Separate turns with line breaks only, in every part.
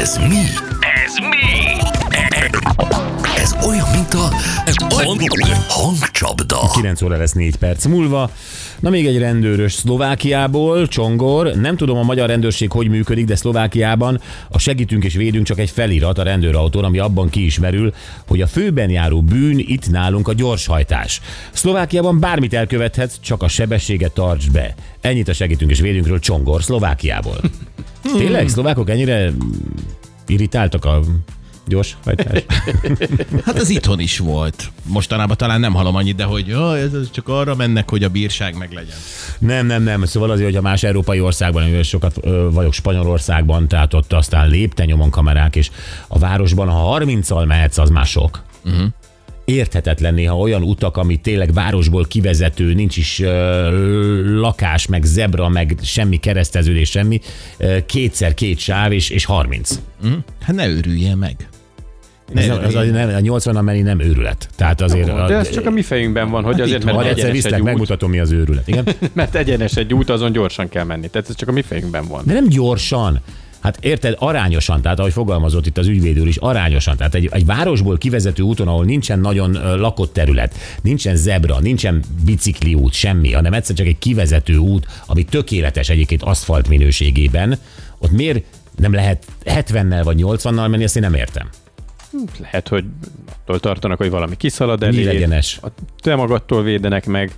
Ez mi?
Ez mi?
Ez olyan, mint a hangcsapda.
9 óra lesz 4 perc múlva. Na még egy rendőrös Szlovákiából, Csongor. Nem tudom a magyar rendőrség hogy működik, de Szlovákiában a segítünk és védünk csak egy felirat a rendőrautón, ami abban kiismerül, hogy a főben járó bűn itt nálunk a gyorshajtás. Szlovákiában bármit elkövethetsz, csak a sebességet tartsd be. Ennyit a segítünk és védünkről Csongor, Szlovákiából. Tényleg, szlovákok ennyire irritáltak a gyors hajtás?
Hát ez itthon is volt. Mostanában talán nem hallom annyit, de hogy jaj, ez, ez csak arra mennek, hogy a bírság meg legyen.
Nem, nem, nem. Szóval azért, hogyha más európai országban, amivel sokat ö, vagyok Spanyolországban, tehát ott aztán léptenyomon kamerák, és a városban, ha 30-al mehetsz, az már sok. Uh-huh.
Mhm.
Érthetetlen néha olyan utak, ami tényleg városból kivezető, nincs is ö, lakás, meg zebra, meg semmi kereszteződés, semmi. Ö, kétszer két sáv, és, és 30.
Hát ne őrüljél meg.
Ez nem, az, a, nem, a 80 an meni nem őrület. Tehát azért...
De ez csak a mi fejünkben van, hogy azért, mert
ha Hát egyszer
egyenes egy
viszlek,
út,
megmutatom, mi az őrület. Igen?
mert egyenes egy út, azon gyorsan kell menni. Tehát ez csak a mi fejünkben van.
De nem gyorsan. Hát érted, arányosan, tehát ahogy fogalmazott itt az ügyvéd úr is, arányosan. Tehát egy, egy városból kivezető úton, ahol nincsen nagyon ö, lakott terület, nincsen zebra, nincsen bicikliút, semmi, hanem egyszer csak egy kivezető út, ami tökéletes egyébként aszfalt minőségében, ott miért nem lehet 70-nel vagy 80-nal menni, ezt én nem értem.
Lehet, hogy attól tartanak, hogy valami kiszalad elé.
Mi legyenes?
A te magadtól védenek meg.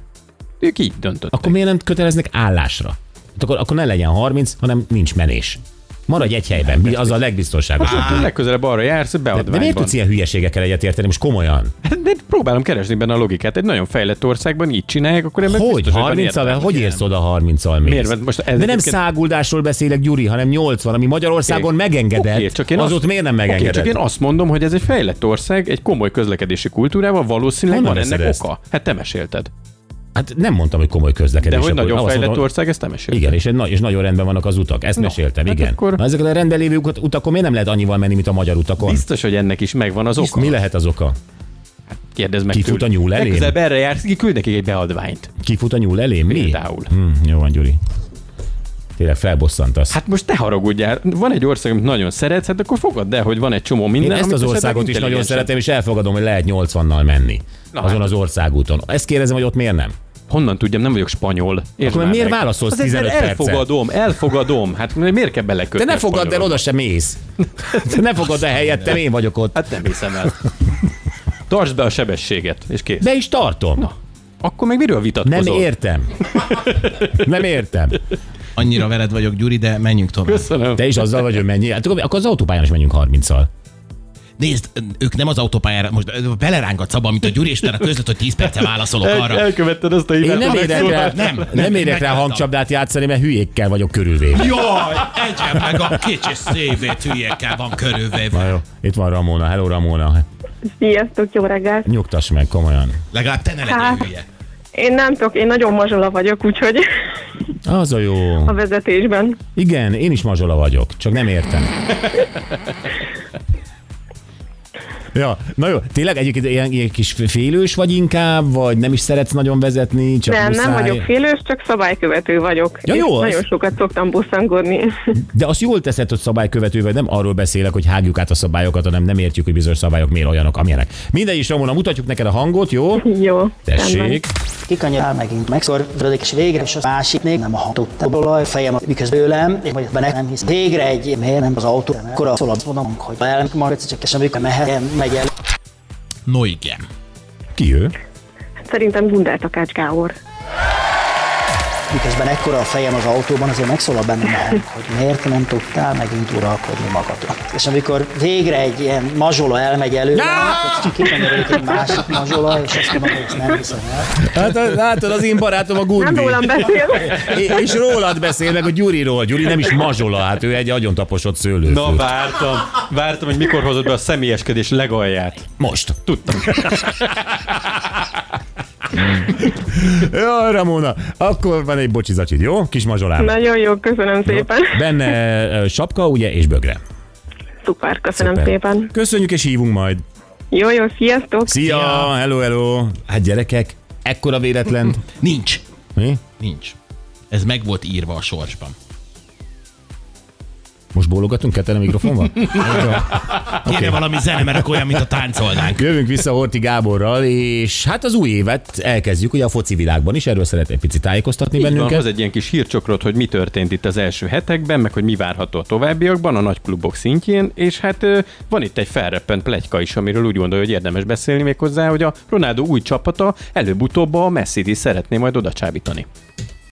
Ők így döntöttek.
Akkor miért nem köteleznek állásra? Hát akkor, akkor ne legyen 30, hanem nincs menés. Maradj egy helyben, mi- az a legbiztonságosabb.
Á, legközelebb arra jársz, beadványban.
De miért tudsz ilyen hülyeségekkel egyetérteni? Most komolyan.
De próbálom keresni benne a logikát. Egy nagyon fejlett országban így csinálják, akkor ebben
Hogy?
biztos, van
30 al
értelme.
Hogy érsz oda 30-al mész?
Miért? Mert most ez
De nem
egyébként-
száguldásról beszélek, Gyuri, hanem 80, ami Magyarországon megengedett.
Oké, csak én
az
azt-
ott miért nem
Oké,
megengedett?
csak én azt mondom, hogy ez egy fejlett ország, egy komoly közlekedési kultúrával valószínűleg
Honnan
van ennek
veszed ezt?
oka. Hát te mesélted.
Hát nem mondtam, hogy komoly
De
közlekedés.
hogy
akkor
nagyon
azt
fejlett
mondom,
ország, ezt te mesélted.
Igen, és, egy na- és nagyon rendben vannak az utak. Ezt
No,
meséltem,
hát
igen.
akkor-
Na, ezeket a rendben lévő utak- utakon miért nem lehet annyival menni, mint a magyar utakon?
Biztos, hogy ennek is megvan az oka.
Mi lehet az oka?
Kérdezd meg
Kifut
tőle.
a nyúl elém?
Legközelebb erre jársz, ki küld nekik egy beadványt.
Kifut a nyúl elé? Mi?
Például.
Hm, jó van, Gyuri. Tényleg felbosszantasz.
Hát most te haragudjál. Van egy ország, amit nagyon szeretsz, hát akkor fogadd el, hogy van egy csomó minden.
Én ezt
amit
az
esetleg
országot is nagyon
intelligensen-
szeretem, és elfogadom, hogy lehet 80-nal menni.
Na
azon
hát.
az országúton. Ezt kérdezem, hogy ott miért nem?
Honnan tudjam, nem vagyok spanyol. Érd
Akkor
már
miért
meg.
válaszolsz
Azért, mert
15 percet?
Elfogadom, elfogadom. Hát miért kell
Te
belekötni?
ne
a
fogadd el,
spanyolokba?
oda sem mész. Te ne fogadd el helyettem, én vagyok ott.
Hát nem hiszem el. Tartsd be a sebességet, és kész.
Be is tartom.
Akkor meg miről vitatkozol?
nem értem. Nem értem.
Annyira veled vagyok, Gyuri, de menjünk tovább.
Köszönöm.
Te is azzal vagy, hogy mennyi. Hát akkor akkor az autópályán is menjünk 30-al.
Nézd, ők nem az autópályára, most belerángatsz abba, amit a Gyuri és te között, hogy 10 perce válaszolok
El,
arra.
elkövetted azt a
Én
hibát.
nem
amit
érek rá,
szóltál.
nem,
nem,
nem
nem,
érek rá
megálltam.
hangcsapdát játszani, mert hülyékkel vagyok körülvéve.
Jaj, egyen meg a kicsi szívét hülyekkel van
Na
körülvéve.
jó, itt van Ramona. Hello Ramona.
Sziasztok, jó reggelt!
Nyugtass meg, komolyan.
Legalább te ne legyél
Hát.
hülye.
Én nem tudok, én nagyon mazsola vagyok, úgyhogy
Az a jó.
a vezetésben.
Igen, én is mazsola vagyok, csak nem értem. Ja, na jó, tényleg egyébként ilyen, ilyen kis félős vagy inkább, vagy nem is szeretsz nagyon vezetni, csak
Nem,
muszáj.
nem vagyok félős, csak szabálykövető vagyok.
Ja,
És
jó az.
Nagyon sokat szoktam bosszangodni.
De azt jól teszed, hogy szabálykövető vagy, nem arról beszélek, hogy hágjuk át a szabályokat, hanem nem értjük, hogy bizonyos szabályok miért olyanok, amilyenek. Mindegy is, Ramona, mutatjuk neked a hangot, jó?
jó. rendben.
Tessék.
Kikanyarál megint, megszorvódik, és végre, és a másiknél nem hatott a olaj fejem, miközben tőlem, és vagy benne nem hisz. Végre egy miért nem az autó, akkor a szolad mondom, hogy el, magad csak és amikor mehet, megy el.
No igen.
Ki ő?
Szerintem Gundát a Kácskáor.
Miközben ekkora a fejem az autóban, azért megszólal bennem, hogy miért nem tudtál megint uralkodni magadon. És amikor végre egy ilyen mazsola elmegy előle, akkor kikanyarodik egy másik mazsola, és azt mondom, hogy ezt nem hiszem el.
Hát látod, az én barátom a
Nem
Gundi.
rólam beszél.
É- És rólad beszél meg a Gyuriról. Gyuri nem is mazsola, hát ő egy agyon taposott szőlő.
Na, vártam. Vártam, hogy mikor hozod be a személyeskedés legalját.
Most. Tudtam. Jaj, Ramona, akkor van egy bocsizacsid, jó? Kis mazsolám.
Nagyon jó, köszönöm szépen.
Benne ö, sapka, ugye, és bögre.
Szuper, köszönöm
Szuper.
szépen.
Köszönjük, és hívunk majd.
Jó, jó, sziasztok!
Szia, Szia. hello, hello. Hát gyerekek, ekkora véletlen.
Nincs.
Mi?
Nincs. Ez meg volt írva a sorsban.
Most bólogatunk ketten a mikrofonban?
Kéne okay. valami zene, mert akkor olyan, mint a táncolnánk.
Jövünk vissza Horti Gáborral, és hát az új évet elkezdjük ugye a foci világban is, erről szeretnél picit tájékoztatni
Így van,
bennünket.
hoz egy ilyen kis hírcsokrot, hogy mi történt itt az első hetekben, meg hogy mi várható a továbbiakban a nagy klubok szintjén, és hát ö, van itt egy felreppent plegyka is, amiről úgy gondolja, hogy érdemes beszélni méghozzá, hogy a Ronaldo új csapata előbb-utóbb a Messi-t is szeretné majd oda csábítani.